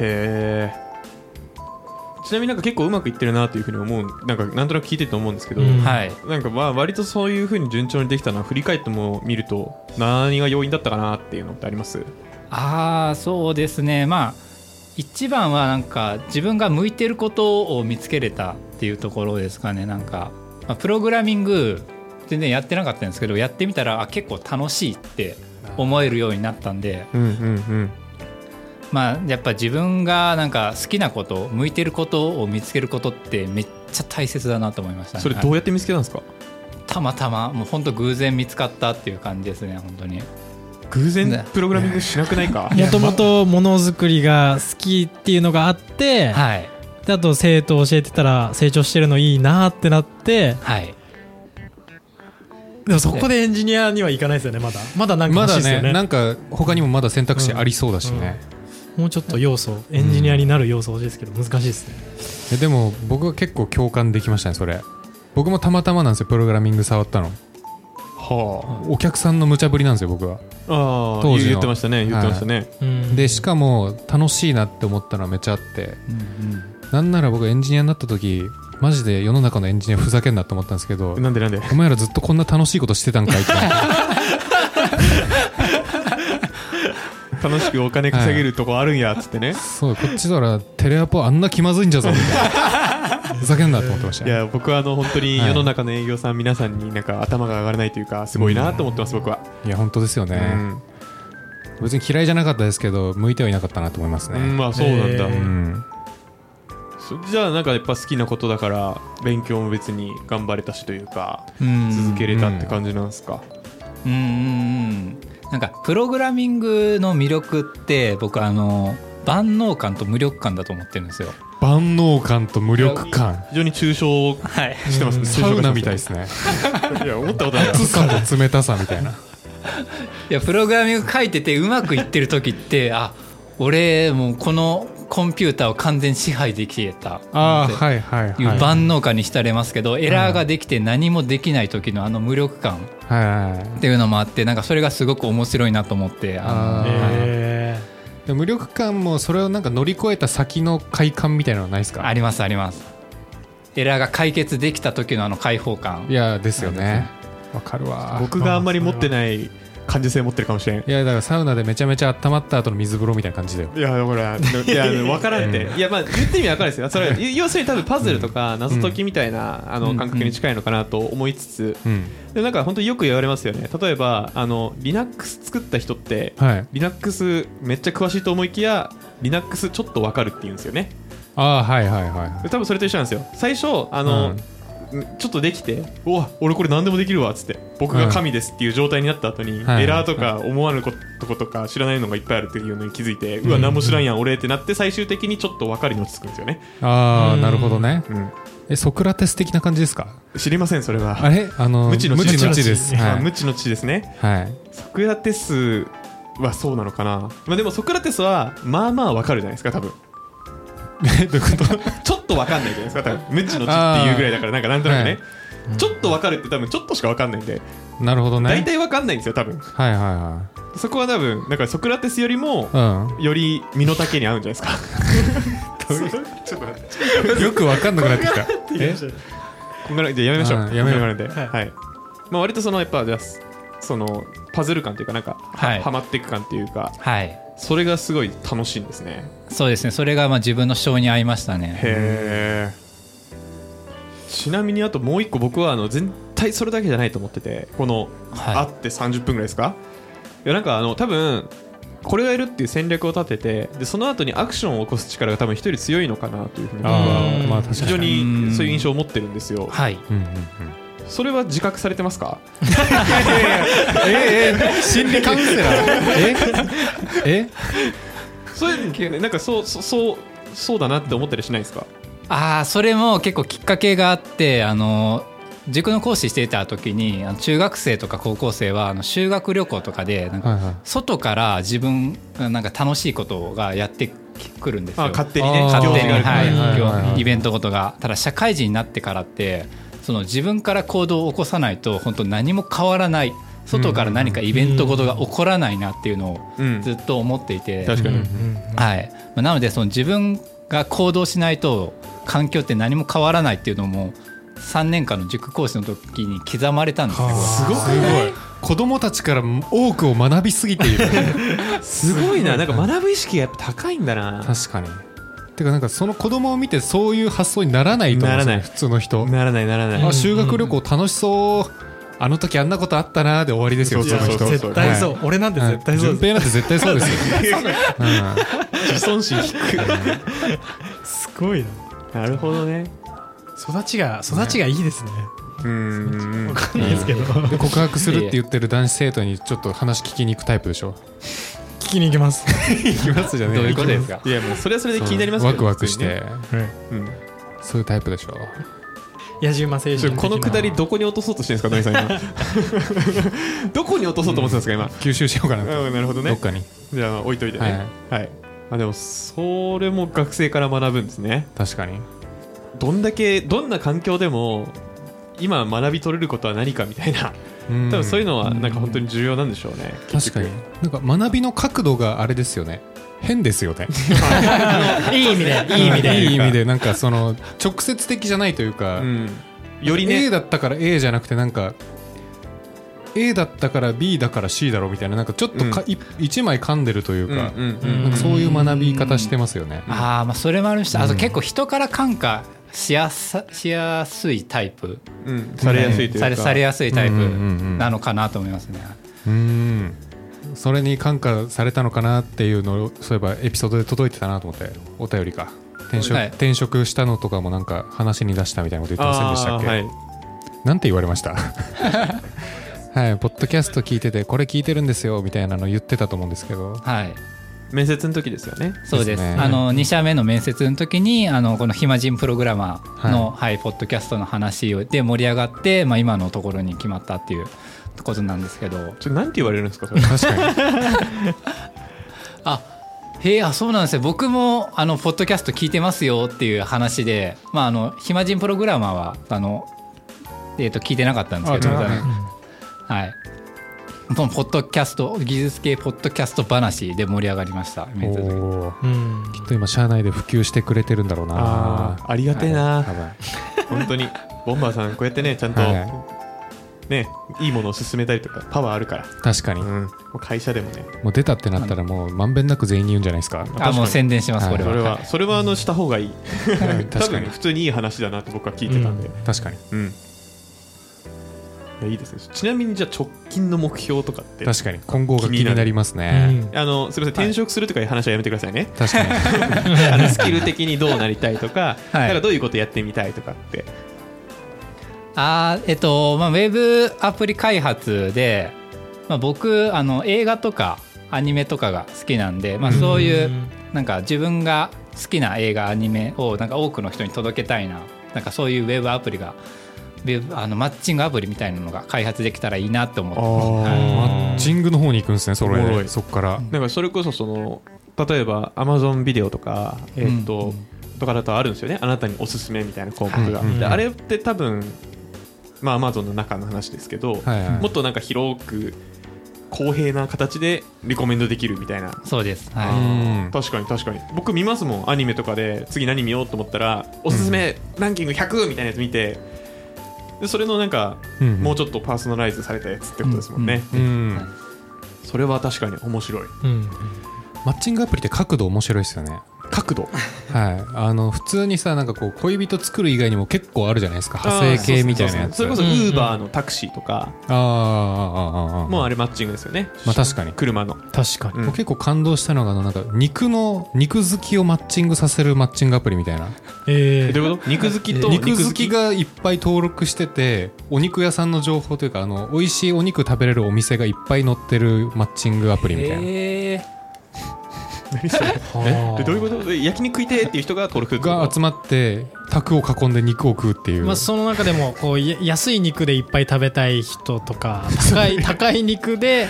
S1: へえちなみになんか結構うまくいってるなというふうに思うなんかなんとなく聞いてて思うんですけど、
S2: うん
S4: はい
S1: なんかまあ割とそういうふうに順調にできたのは振り返っても見ると何が要因だったかなっていうのってあります
S4: ああそうですねまあ一番はなんか自分が向いてることを見つけれたっていうところですかねなんか、まあ、プログラミング全然やってなかったんですけどやってみたらあ結構楽しいって思えるようになったんで
S1: うんうんうん
S4: まあやっぱ自分がなんか好きなこと向いてることを見つけることってめっちゃ大切だなと思いましたね
S1: それどう
S4: はい
S1: やって見つけたんですか
S4: たまたまもう本当偶然見つかったっていう感じですね本当に
S1: 偶然
S4: ね
S1: プログラミングしなくないか
S2: もともとものづくりが好きっていうのがあって、
S4: はい
S2: であと生徒を教えてたら成長してるのいいなってなって
S4: はい
S2: でもそこでエンジニアには行かないですよねまだまだなんか
S3: ま
S2: 欲し
S3: だ
S2: いですよ
S3: ね
S2: ね
S3: なんか他にもまだ選択肢ありそうだしね、
S2: もうちょっと要素エンジニアになる要素欲しいですけど難しいですね
S3: えでも僕は結構共感できましたねそれ僕もたまたまなんですよプログラミング触ったの
S1: は
S3: お客さんの無茶ぶりなんですよ僕は
S1: あああ
S3: 当時の
S1: 言言ってましたね言ってましたね、
S2: うん
S3: でしかも楽しいなって思ったのはめっちゃあってなんなら僕エンジニアになった時マジで世の中のエンジニアふざけんなって思ったんですけど
S1: なんでなんで
S3: お前らずっとこんな楽しいことしてたん かいって
S1: 楽しくお金稼げるとこあるんやっつってね、
S3: そうこっちだらテレアポあんな気まずいんじゃぞみたいなふざけんなって思ってました
S1: い、や僕はあの本当に
S3: はい
S1: 世の中の営業さん皆さんになんか頭が上がらないというかすごいなと思ってます僕は、
S3: いや本当ですよね、別に嫌いじゃなかったですけど向いてはいなかったなと思います
S1: うん、
S3: ね、
S1: まあそうなんだ、
S2: え
S3: う
S2: ー
S3: ん、
S1: そじゃあなんかやっぱ好きなことだから勉強も別に頑張れたしというか
S4: うん
S1: 続けれたって感じなんですか、
S4: うんうんうんなんかプログラミングの魅力って僕あの万能感と無力感だと思ってるんですよ。
S3: 万能感と無力感
S1: 非常に抽象
S4: はい、
S1: してますね
S3: サウナみたいですね
S1: いや思ったことない
S3: 熱さと冷たさみたいな
S4: いやプログラミング書いててうまくいってる時ってあ俺もうこのコンピューターを完全支配できた
S3: ああ
S4: って
S3: はいはいはい
S4: い
S3: は
S4: う
S3: い
S4: 万能感に浸れますけど、エラーができて何もできない時のあの無力感
S3: はい
S4: っていうのもあってなんかそれがすごく面白いなと思ってあ
S3: あー
S2: え
S3: で無力感もそれをなんか乗り越えた先の快感みたいなのはないです
S4: の
S3: か
S4: ありますありますエラーが解決できた時のあの解放感
S3: いやですよねわかるわ
S1: 僕があんまり持ってない感受性持ってるかもしれん
S3: いやだからサウナでめちゃめちゃ温まった後の水風呂みたいな感じだよ
S1: いやほらいや 分からんって、いやまあ言ってみれば分かるんですよそ れ要するに多分パズルとか謎解きみたいな、あの感覚に近いのかなと思いつつ、
S3: うん
S1: でもなんか本当によく言われますよね例えばあの Linux 作った人って、
S3: はい
S1: Linux めっちゃ詳しいと思いきや Linux ちょっと分かるって言うんですよね
S3: ああはいはいはいはい
S1: で多分それと一緒なんですよ最初あの、んちょっとできて「うわ俺これ何でもできるわ」っつって「僕が神です」っていう状態になった後に、
S3: はい
S1: エラーとか思わぬこととか知らないのがいっぱいあるっていうのに気づいて「うわ何も知らんやん俺」ってなって最終的にちょっと分かりに落ち着くんですよね、
S3: ああ
S2: うん
S3: なるほどね
S1: うん、
S3: えソクラテス的な感じですか
S1: 知りませんそれ
S3: あ
S1: は
S3: れあの
S1: 無知の知
S3: 無知の知で
S2: 無知
S3: す
S2: の
S1: まあ
S3: はい
S1: 無知の知ですね
S3: はい
S1: ソクラテスはそうなのかな、まあ、でもソクラテスはまあまあわかるじゃないですか多分 どういうことちょっとわかんないじゃないですか多分無知の知っていうぐらいだからなんかなんとなくね、ちょっとわかるって多分ちょっとしかわかんないんで
S3: なるほどね
S1: 大体わかんないんですよ多分
S3: はいはいは
S1: そこは多分だからソクラテスよりも
S3: い
S1: より身の丈に合うんじゃないですかちょっと待って
S3: うんよくわかんなくなってきたえ
S1: こんぐらいじゃあやめましょう
S3: うんやめよう
S1: こんぐらいまではい、まあ、割とそのやっぱじゃあそのパズル感というかなんかは
S4: はい
S1: はまっていく感というか
S4: はい
S1: それがすごい楽しいんですね
S4: そうですねそれがまあ自分の性に合いましたね
S1: へえちなみにあともう一個僕はあの全体それだけじゃないと思っててこの、
S4: はい
S1: あって30分ぐらいですかいやなんかあの多分これをやるっていう戦略を立ててでその後にアクションを起こす力が多分一人強いのかなというふうに僕
S3: あ
S1: は
S3: あまあ確
S1: 非
S3: か
S1: 常
S3: に
S1: にそういう印象を持ってるんですよ
S4: はい
S3: うんうんうん
S1: それは自覚されてますか
S3: ええ心理カウンセラー ええ
S1: それなんかそうそうそうそうだなって思ったりしないですか
S4: ああそれも結構きっかけがあってあの塾の講師していた時にあの中学生とか高校生はあの修学旅行とかでなんか
S3: はいはい
S4: 外から自分なんか楽しいことがやってくるんですよ
S1: あ勝手にね
S3: あー
S4: 勝手に、
S1: 行事があ
S4: は
S1: る
S4: い
S3: はいはいはい
S4: 今日イベントごとがただ社会人になってからってその自分から行動を起こさないと本当何も変わらない外から何かイベントごとが起こらないなっていうのを
S1: うん
S4: ずっと思っていて、
S1: 確かに、
S4: はい、まあなのでその自分が行動しないと環境って何も変わらないっていうのも3年間の塾講師の時に刻まれたんですね
S3: すごくない子供たちから多くを学びすぎている
S1: すごいななんか学ぶ意識がやっぱ高いんだな
S3: 確かにてかなんかその子供を見てそういう発想にならないと思うんですよ
S1: ならない
S3: 普通の人
S1: ならないならない
S3: あ修学旅行楽しそうあの時あんなことあったなーで終わりですよ
S1: い
S3: 普
S1: や
S3: 通の人
S1: そう
S2: 絶対そう、俺なんて
S3: はい
S2: 絶対そう
S3: 順平な
S2: です、
S3: んて絶対そうですようん
S1: 自尊心低い
S2: すごいな
S1: なるほどね
S2: 育ちが育ちがいいですね
S1: うん
S2: わかんないですけど、 聞
S3: で告白するって言ってる男子生徒にちょっと話聞きに行くタイプでしょ
S2: きに行き ます
S3: 行きますじゃね
S4: どういうことですか
S1: いやもうそれはそれで気になりますけど
S3: ワクワクして
S1: うん
S3: そういうタイプでしょ
S2: 矢島精
S1: ちょ
S2: 神
S1: このくだりどこに落とそうとしてるんですか、ノリさん、今。どこに落とそうと思ってたんですか、今。
S3: 吸収しようかなと
S1: うんなるほど
S3: ど
S1: ね
S3: っ。かに
S1: じゃあ、置いといてね。はい。あでも、それも学生から学ぶんですね。
S3: 確かに
S1: どんだけ、どんな環境でも、今学び取れることは何かみたいな、
S3: うん
S1: 多分そういうのは、なんか本当に重要なんでしょうね。
S3: 確かになんか学びの角度があれですよね変ですよね
S2: いい意味でいい意味で
S3: いい意味でなんかその直接的じゃないというか、
S1: うん。よりね
S3: A、だったから A じゃなくてなんか A だったから B だから C だろみたいななんかちょっとか、い一枚噛んでるという
S1: うんう
S3: か、
S1: ん
S2: うん
S3: なんかそういう学び方してますよね、
S4: ああまあそれもあるし、あと結構人から感化しやさしやすいタイプ
S1: うん、されやすいという
S4: さ
S1: か、
S4: れされやすいタイプ
S3: うんうんうん
S4: なのかなと思いますね。
S3: うんそれに感化されたのかなっていうのをそういえばエピソードで届いてたなと思ってお便りか転職,、
S4: はい
S3: 転職したのとかもなんか話に出したみたいなこと言ってませんでした
S1: あ
S3: っ
S1: ー
S3: け、
S1: はい、
S3: なんて言われましたはいポッドキャスト聞いててこれ聞いてるんですよみたいなの言ってたと思うんですけど
S4: はい
S1: 面接の時ですよね。
S4: そう
S3: で
S4: です
S3: すね
S4: あの2社目の面接の時にあのこの「暇人プログラマーの」はいポッドキャストの話をで盛り上がって、まあ、今のところに決まったっていうことなんですけど
S1: ちょなんて言われるんですか、それ。
S3: 確かに
S4: あへえあそうなんですよ僕もあのポッドキャスト聞いてますよっていう話で、まあ、あの暇人プログラマーはあの、えー、と聞いてなかったんですけど
S3: あなるほど
S4: はい、このポッドキャスト技術系ポッドキャスト話で盛り上がりました面接の時
S3: おー
S2: うん
S3: きっと今社内で普及してくれてるんだろう
S1: あ
S3: な
S1: あ、ありがてえな
S3: 多。分
S1: 本当にボンバーさんこうやってねちゃんと、ねいいものを勧めたりとかパワーあるから、
S3: 確かに、
S1: うん、もう会社でもね
S3: もう出たってなったらもうまんべんなく全員に言うんじゃないですか
S1: 確か
S4: あ
S1: に
S4: もう宣伝します
S3: は
S4: こ
S3: い
S4: れ
S1: そ
S4: は,、
S1: れはそれはあのした方がいい多
S3: 確か
S1: 分
S3: に
S1: 普通にいい話だなって僕は聞いてたんで
S3: 確かに
S1: うん、いやいいですねちなみにじゃあ直近の目標とかって
S3: 確かに今後が気になりますね、
S1: あのすみません転職するとかいう話はやめてください ね、
S3: 確かに
S1: あのスキル的にどうなりたいとか,、
S4: はい
S1: なんかどういうことやってみたいとかって
S4: あーえっと、まあ、ウェブアプリ開発で、まあ、僕あの映画とかアニメとかが好きなんで、まあ、そういうなんか自分が好きな映画アニメをなんか多くの人に届けたいななんかそういうウェブアプリがウェブあのマッチングアプリみたいなのが開発できたらいいなと思ってます
S3: マッチングの方に行くんですねそ
S1: おもろ
S3: れ
S1: い
S3: そっから
S1: なんかそれこそその例えば Amazon ビデオとか、えーっととかだとあるんですよねあなたにおすすめみたいな項目が、
S3: はい
S1: であれって多分、まあ、Amazon の中の話ですけど、
S3: はいはい
S1: もっとなんか広く公平な形でリコメンドできるみたいな、
S4: そうです、
S1: あ
S4: は
S1: ー
S3: うん
S1: 確かに確かに僕見ますもんアニメとかで次何見ようと思ったらおすすめランキング100みたいなやつ見てでそれのなんか、
S3: うんうん
S1: もうちょっとパーソナライズされたやつってことですもんね、
S4: うん
S3: うん
S4: はい
S1: それは確かに面白い
S2: うん
S3: マッチングアプリって角度面白いですよね
S1: 角度
S3: はいあの普通にさなんかこう恋人作る以外にも結構あるじゃないですか派生系みたいなや
S1: あー
S3: つ
S1: そうそうそうそれこそウ
S2: うんうん
S1: ーバーのタクシーとか、
S3: あーあーあーあー
S1: もうあれマッチングですよね、
S3: まあ確かに
S1: 車の
S2: 確かに
S1: うん
S3: 僕結構感動したのがあのなんか肉の肉好きをマッチングさせるマッチングアプリみたいな
S2: え
S1: え
S2: え
S1: どういうこと肉好きと
S3: 肉好きがいっぱい登録しててお肉屋さんの情報というかあの美味しいお肉食べれるお店がいっぱい載ってるマッチングアプリみたいな、
S4: え
S1: 何それ えでどういうことで焼肉食いてえっていう人が登録するってこと
S3: が集まって卓を囲んで肉を食うっていう、
S2: まあ、その中でもこうや安い肉でいっぱい食べたい人とか高い高い肉で
S3: う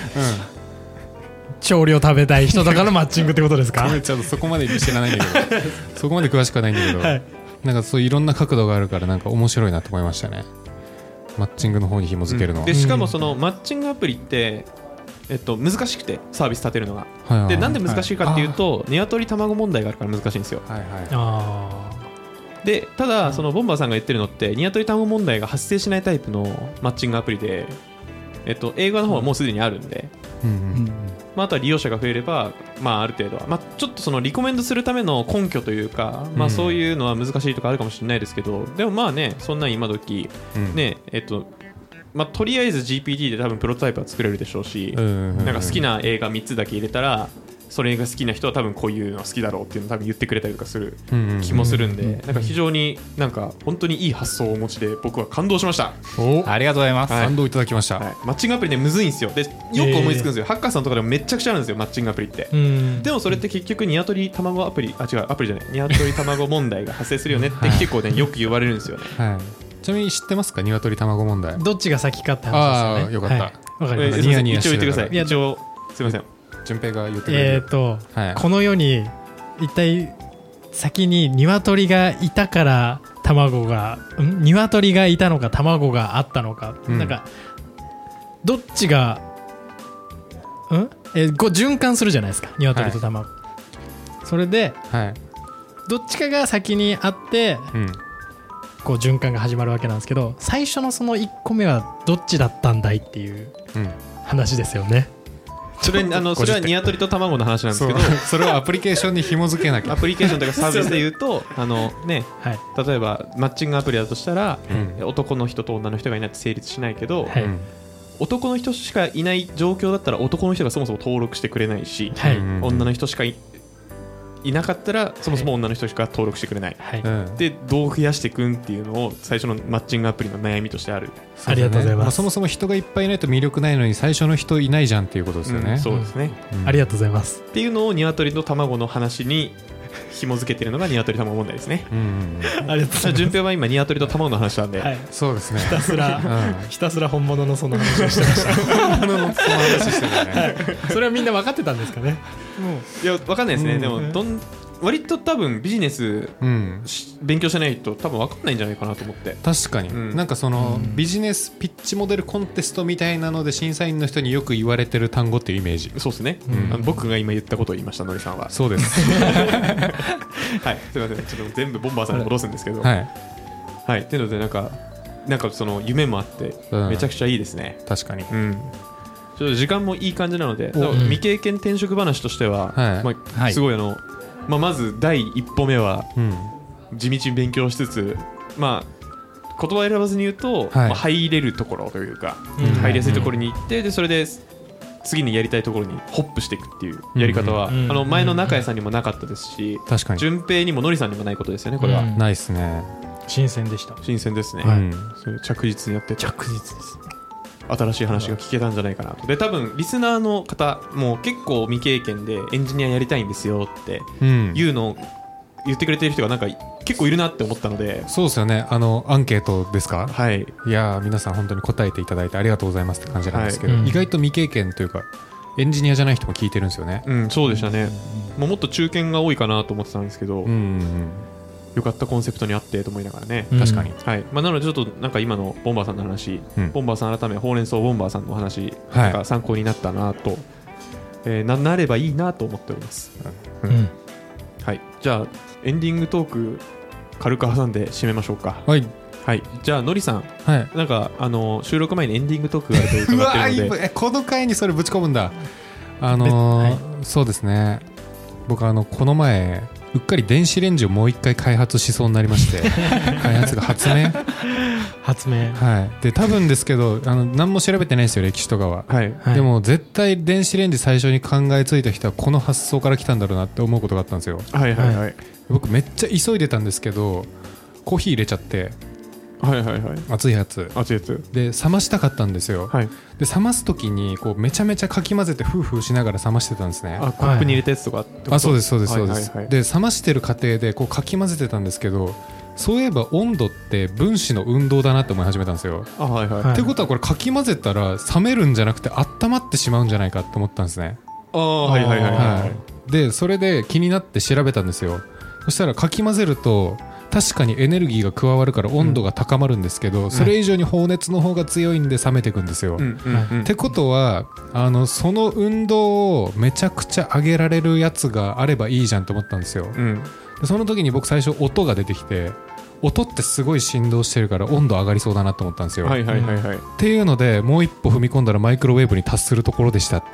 S2: 調理を食べたい人とかのマッチングってことで すか
S3: ん、ちょっとそこまで知らないんだ けどそこまで詳しくはないんだけど、
S2: はい
S3: なんかそういろんな角度があるからなんか面白いなと思いましたねマッチングの方に紐づけるのは、
S1: でしかもそのマッチングアプリって、えっと、難しくてサービス立てるのが
S3: はいはい
S1: でなんで難しいかっていうと、ニワトリ卵問題があるから難しいんですよ
S3: はいはい
S2: あ
S1: でただそのボンバーさんが言ってるのってニワトリ卵問題が発生しないタイプのマッチングアプリで、えっと、映画の方はもうすでにあるんで、
S3: うん
S4: ー
S3: う
S4: うんん
S1: まあ、あとは利用者が増えれば、まあ、ある程度は、まあ、ちょっとそのリコメンドするための根拠というか、ま
S3: う
S1: あ、
S3: ん
S1: そういうのは難しいとかあるかもしれないですけど、でもまあねそんなん今時
S3: うん
S1: ねえっとまあとりあえず GPT で多分プロトタイプは作れるでしょうし、
S3: うんうんうん
S1: なんか好きな映画3つだけ入れたらそれが好きな人は多分こういうの好きだろうっていうのを多分言ってくれたりとかする
S3: うんうん
S1: 気もするんで、
S4: うん
S1: なんか非常になんか本当にいい発想をお持ちで僕は感動しました、
S3: お
S4: ありがとうございます、
S3: 感動いただきました、
S1: はい、マッチングアプリねむずいんですよでよく思いつくんですよ、ハッカーさんとかでもめちゃくちゃあるんですよマッチングアプリって
S2: ーうん
S1: でもそれって結局ニワトリ卵アプリあ違うアプリじゃないニワトリ卵問題が発生するよねって結構ねよく言われるんですよね
S3: はい、ちなみに知ってますか鶏卵問題
S2: どっちが先かって話
S3: あー
S2: ですよね。
S3: よかった
S2: はいわかり
S1: え
S2: ま
S1: ー
S2: し
S1: す
S2: た
S1: い
S3: ニ
S1: ま
S3: ヤ
S1: せん一応言
S3: ニヤ
S1: ってくださ
S3: して
S2: る
S1: い一応すいません
S3: 順平が言ってくれ
S2: え
S3: る
S2: っと、
S3: はい
S2: この世に一体先に鶏がいたから卵がん鶏がいたのか卵があったのか、
S3: うん
S2: なんかどっちがんえこう循環するじゃないですか鶏と卵、それで
S3: はい
S2: どっちかが先にあって
S3: うん
S2: こう循環が始まるわけなんですけど最初のその1個目はどっちだったんだいっていう
S3: うん
S2: 話ですよね
S1: それあのそれは
S3: 50点
S1: ニワトリと卵の話なんです
S3: そ
S1: け
S3: う
S1: ど
S3: それをアプリケーションに紐付けな き
S1: ア
S3: ゃ
S1: プリケーションというかサービスで言うとあのね
S2: はい
S1: 例えばマッチングアプリだとしたら、
S3: うん
S1: 男の人と女の人がいないと成立しないけど、
S2: はい
S3: うん
S1: 男の人しかいない状況だったら男の人がそもそも登録してくれないし、
S2: はい、
S3: うん
S1: 女の人しかいいなかったらそもそも女の人しか登録してくれない、
S2: はい
S3: うん
S1: でどう増やしていくんっていうのを最初のマッチングアプリの悩みとしてある
S2: ありがとうございます
S3: あそもそも人がいっぱいいないと魅力ないのに最初の人いないじゃんっていうことですよ
S1: うん
S3: ね。
S1: そうですね、
S2: ありが
S3: と
S2: とうございます
S1: っていうのを鶏と卵の話に 紐付けてるのが鶏卵問題ですね
S3: うん。うんうん
S2: ありがとうござい
S1: 順平は今鶏と卵の話なんで、
S2: ます。はい。
S3: そうですね。
S2: ひたす
S3: うん。
S2: ら、ひたすら本物のその話をしてまし
S3: あのその話してたね。
S2: た。 それはみんな分かってたんですかね。
S1: いやわかんないですね、
S3: うん
S1: でもどん割と多分ビジネス
S3: うん。
S1: し勉強してないと多分わかんないんじゃないかなと思って
S3: 確かに、
S1: うん
S3: なんかそのビジネスピッチモデルコンテストみたいなので審査員の人によく言われてる単語っていうイメージ
S1: そうですね、
S3: うん
S1: あの僕が今言ったことを言いましたのりさんは
S3: そうです
S1: はいすいませんちょっと全部ボンバーさんに戻すんですけどは、
S3: はいい
S1: っていうのでなんかなんかその夢もあって
S3: うん
S1: めちゃくちゃいいですね
S3: 確かに
S1: うん、ちょっと時間もいい感じなので
S2: うん
S1: 未経験転職話としては、
S3: はい
S1: まあ
S4: はい
S1: すごいあの、まあ、まず第一歩目は
S3: うん
S1: 地道に勉強しつつまあ言葉を選ばずに言うと、
S3: はい
S1: まあ入れるところというか、
S2: うん
S1: 入りやすいところに行ってでそれで次にやりたいところにホップしていくっていうやり方は、
S2: うんうん
S1: あの前の中谷さんにもなかったですし
S3: 確かに
S1: 順平にものりさんにもないことですよねこれは、
S2: うん
S3: ないっすね、
S2: 新鮮でした。
S1: 新鮮ですね、
S3: う
S2: はい
S3: ん
S1: そういう着実にやってて
S2: 着実です。
S1: 新しい話が聞けたんじゃないかなとで多分リスナーの方も結構未経験でエンジニアやりたいんですよって
S3: うん
S1: いうのを言ってくれてる人がなんか結構いるなって思ったので
S3: そうですよねあのアンケートですか
S1: はい
S3: いやー皆さん本当に答えていただいてありがとうございますって感じなんですけど、
S2: はいうん
S3: 意外と未経験というかエンジニアじゃない人も聞いてるんですよね
S1: うんそうでしたねもうもっと中堅が多いかなと思ってたんですけど、
S3: うんうん
S1: よかったコンセプトにあってと思いながらね、
S3: うん確かに、
S1: はいまあ、なのでちょっとなんか今のボンバーさんの話、
S3: うん
S1: ボンバーさん改めほうれん草ボンバーさんのお話
S3: はい
S1: が参考になったなと、えーななればいいなと思っております、
S2: う。
S1: うんはい、じゃあエンディングトーク軽く挟んで締めましょうか
S3: はい
S1: はいじゃあのりさん
S3: はい
S1: なんかあの収録前にエンディングトークがあると
S3: うわ
S1: 伺ってい
S3: ー
S1: る
S3: い
S1: の
S3: ぶ
S1: で
S3: えこの回にそれぶち込むんだあのーそうですね僕あのこの前うっかり電子レンジをもう一回開発しそうになりまして 開発が発明
S2: 発明。
S3: はいで多分ですけどあの何も調べてないんですよ歴史とかは、
S1: はい
S2: はい
S3: でも絶対電子レンジ最初に考えついた人はこの発想から来たんだろうなって思うことがあったんですよ
S1: はいはいはい
S3: 僕めっちゃ急いでたんですけどコーヒー入れちゃって
S1: はいはいはい
S3: 熱いやつ
S1: あちやつ
S3: で冷ましたかったんですよ、
S1: はい
S3: で冷ます時にこうめちゃめちゃかき混ぜてフーフーしながら冷ましてたんですね
S1: あコップに入れたやつとかってこと
S3: あそうですそうですそうで
S1: はい
S3: す、
S1: はいはい
S3: で冷ましてる過程でこうかき混ぜてたんですけどそういえば温度って分子の運動だなって思い始めたんですよ、
S1: あはいはい、
S2: はい
S3: ってことはこれかき混ぜたら冷めるんじゃなくて温まってしまうんじゃないかって思ったんですね、
S1: ああはいはいはいはい、はい
S3: はい、でそれで気になって調べたんですよそしたらかき混ぜると確かにエネルギーが加わるから温度が高まるんですけど、それ以上に放熱の方が強いんで冷めていくんですよ、
S1: うんうんうん
S3: ってことはあのその運動をめちゃくちゃ上げられるやつがあればいいじゃんと思ったんですよ、
S1: うん
S3: でその時に僕最初音が出てきて音ってすごい振動してるから温度上がりそうだなと思ったんですよ、
S1: はい
S3: っ
S1: はいはいはい
S3: ていうのでもう一歩踏み込んだらマイクロウェーブに達するところでしたっ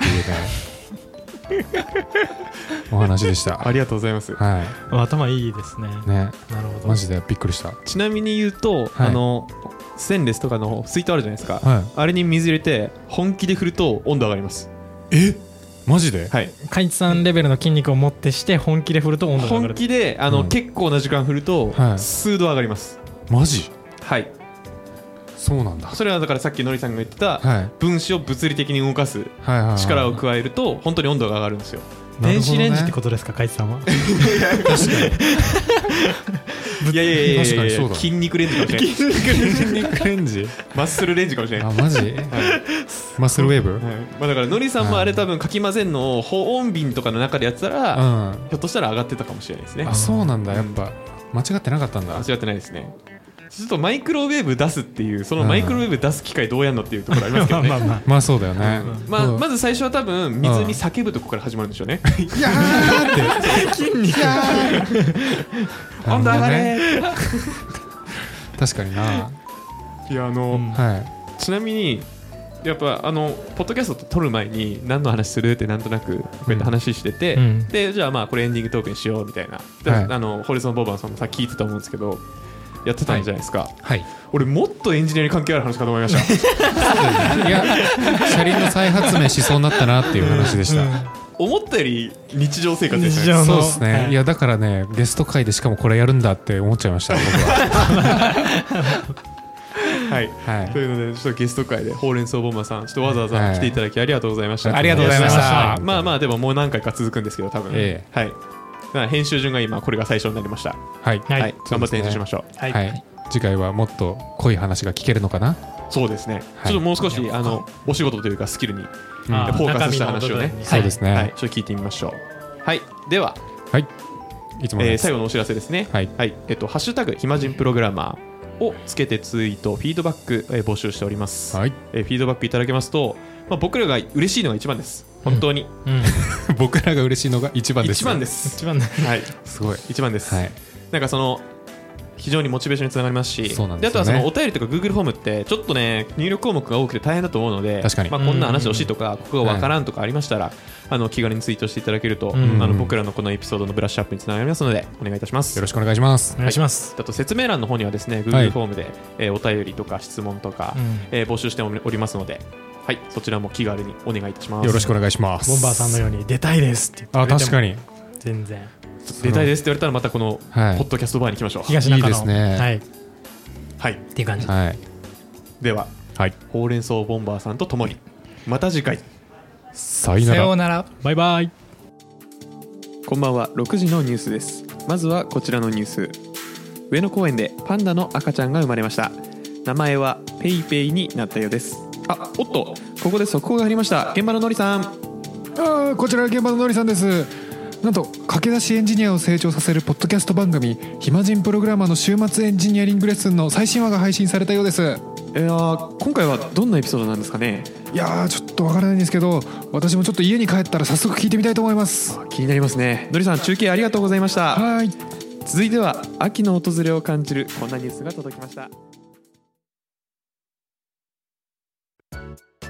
S3: ていうね お話でした
S1: ありがとうございます
S3: は
S2: 頭いいですね。
S3: いね
S2: なるほど。
S3: マジでびっくりした
S1: ちなみに言うと、
S3: はい
S1: あのステンレスとかの水筒あるじゃないですか、
S3: は
S1: あれに水入れて本気で振ると温度上がります
S3: えマジで、
S1: はい
S2: カイチさんレベルの筋肉を持ってして本気で振ると温度が上が
S1: 本
S2: る。
S1: 気であの、
S3: うん
S1: 結構な時間振ると、
S3: はい
S1: 数度上がります
S3: マジ
S1: はい
S3: そうなんだ、はい、
S1: それはだからさっきのりさんが言ってた、
S3: はい
S1: 分子を物理的に動かす
S3: はいはい
S1: 力を加えると本当に温度が上がるんですよ
S3: なる
S2: 電
S3: ほ
S2: 子
S3: どね
S2: レンジってことですか、海津さん は。
S1: いやいやいやい
S3: 確か
S1: や
S3: に
S1: い
S3: そう
S1: や
S3: だ
S1: 筋肉レンジかもしれない
S3: 筋肉レンジ
S1: マッスルレンジかもしれない
S3: あマジマッスルウェーブ、うん
S1: はいまあ、だからのりさんもあれ多分かき混ぜんのを保温瓶とかの中でやってたら、
S3: あ
S1: ひょっとしたら上がってたかもしれないですね
S3: そうなんだやっぱ間違ってなかったんだ
S1: 間違ってないですねちょっとマイクロウェーブ出すっていうそのマイクロウェーブ出す機械どうやんのっていうところありますけどねまあまあ
S3: まあそうだよね、
S1: まあ
S3: うん
S1: まず最初は多分水に叫ぶとこから始まるんでしょうね。
S3: いやーって
S1: 温度上がれ
S3: 確かにな、
S1: ーいやあの、
S2: ん
S3: はい
S1: ちなみにやっぱあのポッドキャスト撮る前に何の話するってなんとなくこうやって話してて、
S2: うん
S1: でじゃあまあこれエンディングトークにしようみたいな、で
S3: はい
S1: あのホリソン・ボーバンさんもさ聞いてたと思うんですけどやってたんじゃないですか、
S4: はい
S1: 俺もっとエンジニアに関係ある話かと思いました
S3: いや車輪の再発明しそうになったなっていう話でした、
S1: 思ったより日常生活でした
S2: 日
S1: ね
S2: 常
S3: そうですね、
S2: はい
S3: い、やだからねゲスト会でしかもこれやるんだって思っちゃいました僕 は
S1: はい、
S3: はい
S1: というのでちょっとゲスト会でほうれん草ボンマさんちょっとわざわざ来ていただきありがとうございました、
S3: はい
S4: ありがとうございました
S1: まあまあでももう何回か続くんですけど多分、
S3: え
S1: はいだから編集順が今これが最初になりました
S3: はい、
S2: はい
S1: はい、頑張って編集しましょう
S2: は。
S3: はいい次回はもっと濃い話が聞けるのかな
S1: そうですね、
S3: はい
S1: ちょっともう少しあのお仕事というかスキルに、
S2: まあ
S1: フォーカスした
S2: 中身の部分
S1: 話をね
S2: に
S3: そうですね
S1: は、
S3: はいい、
S1: ちょっと聞いてみましょうはいでは、
S3: はい、いつもの
S1: えー
S3: やつ
S1: 最後のお知らせですね
S3: はい
S1: えっと「ハッシュタグ暇人プログラマー」をつけてツイートフィードバック、えー募集しております、
S3: はい
S1: えーフィードバックいただけますと、まあ、僕らが嬉しいのが一番です本当に、
S2: うん。
S3: 僕らが嬉しいのが一番です
S1: 一番ですす
S2: 一番ね。
S1: はい
S3: すごい
S1: 一番です、
S3: はい
S1: なんかその非常にモチベーションにつながりますし
S3: そうなんですよね
S1: あとはそのお便りとか Google フォームってちょっとね入力項目が多くて大変だと思うので
S3: 確かに
S1: まあ、こんな話欲しいとかここがわからんとかありましたら、あの気軽にツイートしていただけると、
S2: ん
S1: あの僕らのこのエピソードのブラッシュアップにつながりますのでお願いいたします
S3: よろしくお願いします
S2: お願いします。
S1: あと説明欄の方にはですね
S3: はい
S1: Google フォームで、えーお便りとか質問とか、
S2: うん
S1: えー募集しておりますので、はい、そちらも気軽にお願いいたします
S3: よろしくお願いします
S2: ボンバーさんのように出たいですって言って
S3: あ確か
S2: に。
S3: に
S2: 全然。
S1: 出たいですって言われたらまたこの
S3: はい
S1: ポッドキャストバーに行きましょう
S2: 東中野。
S3: いいですね
S2: はい。っ
S1: はい、
S2: ていう感じ。
S3: はい
S1: では
S3: はい
S1: ほうれん草ボンバーさんとともにまた次回
S3: さよな
S4: さ
S3: ら
S4: ようなら
S2: バイバイ。
S1: こんばんは6時のニュースですまずはこちらのニュース上野公園でパンダの赤ちゃんが生まれました名前はペイペイになったようですあおっとここで速報がありました現場ののりさん
S3: あーこちら現場ののりさんですなんと駆け出しエンジニアを成長させるポッドキャスト番組「暇人プログラマーの週末エンジニアリングレッスン」の最新話が配信されたようです
S1: いやー今回はどんなエピソードなんですかね
S3: いやーちょっとわからないんですけど私もちょっと家に帰ったら早速聞いてみたいと思います
S1: 気になりますねのりさん中継ありがとうございました
S3: はーい
S1: 続いては秋の訪れを感じるこんなニュースが届きました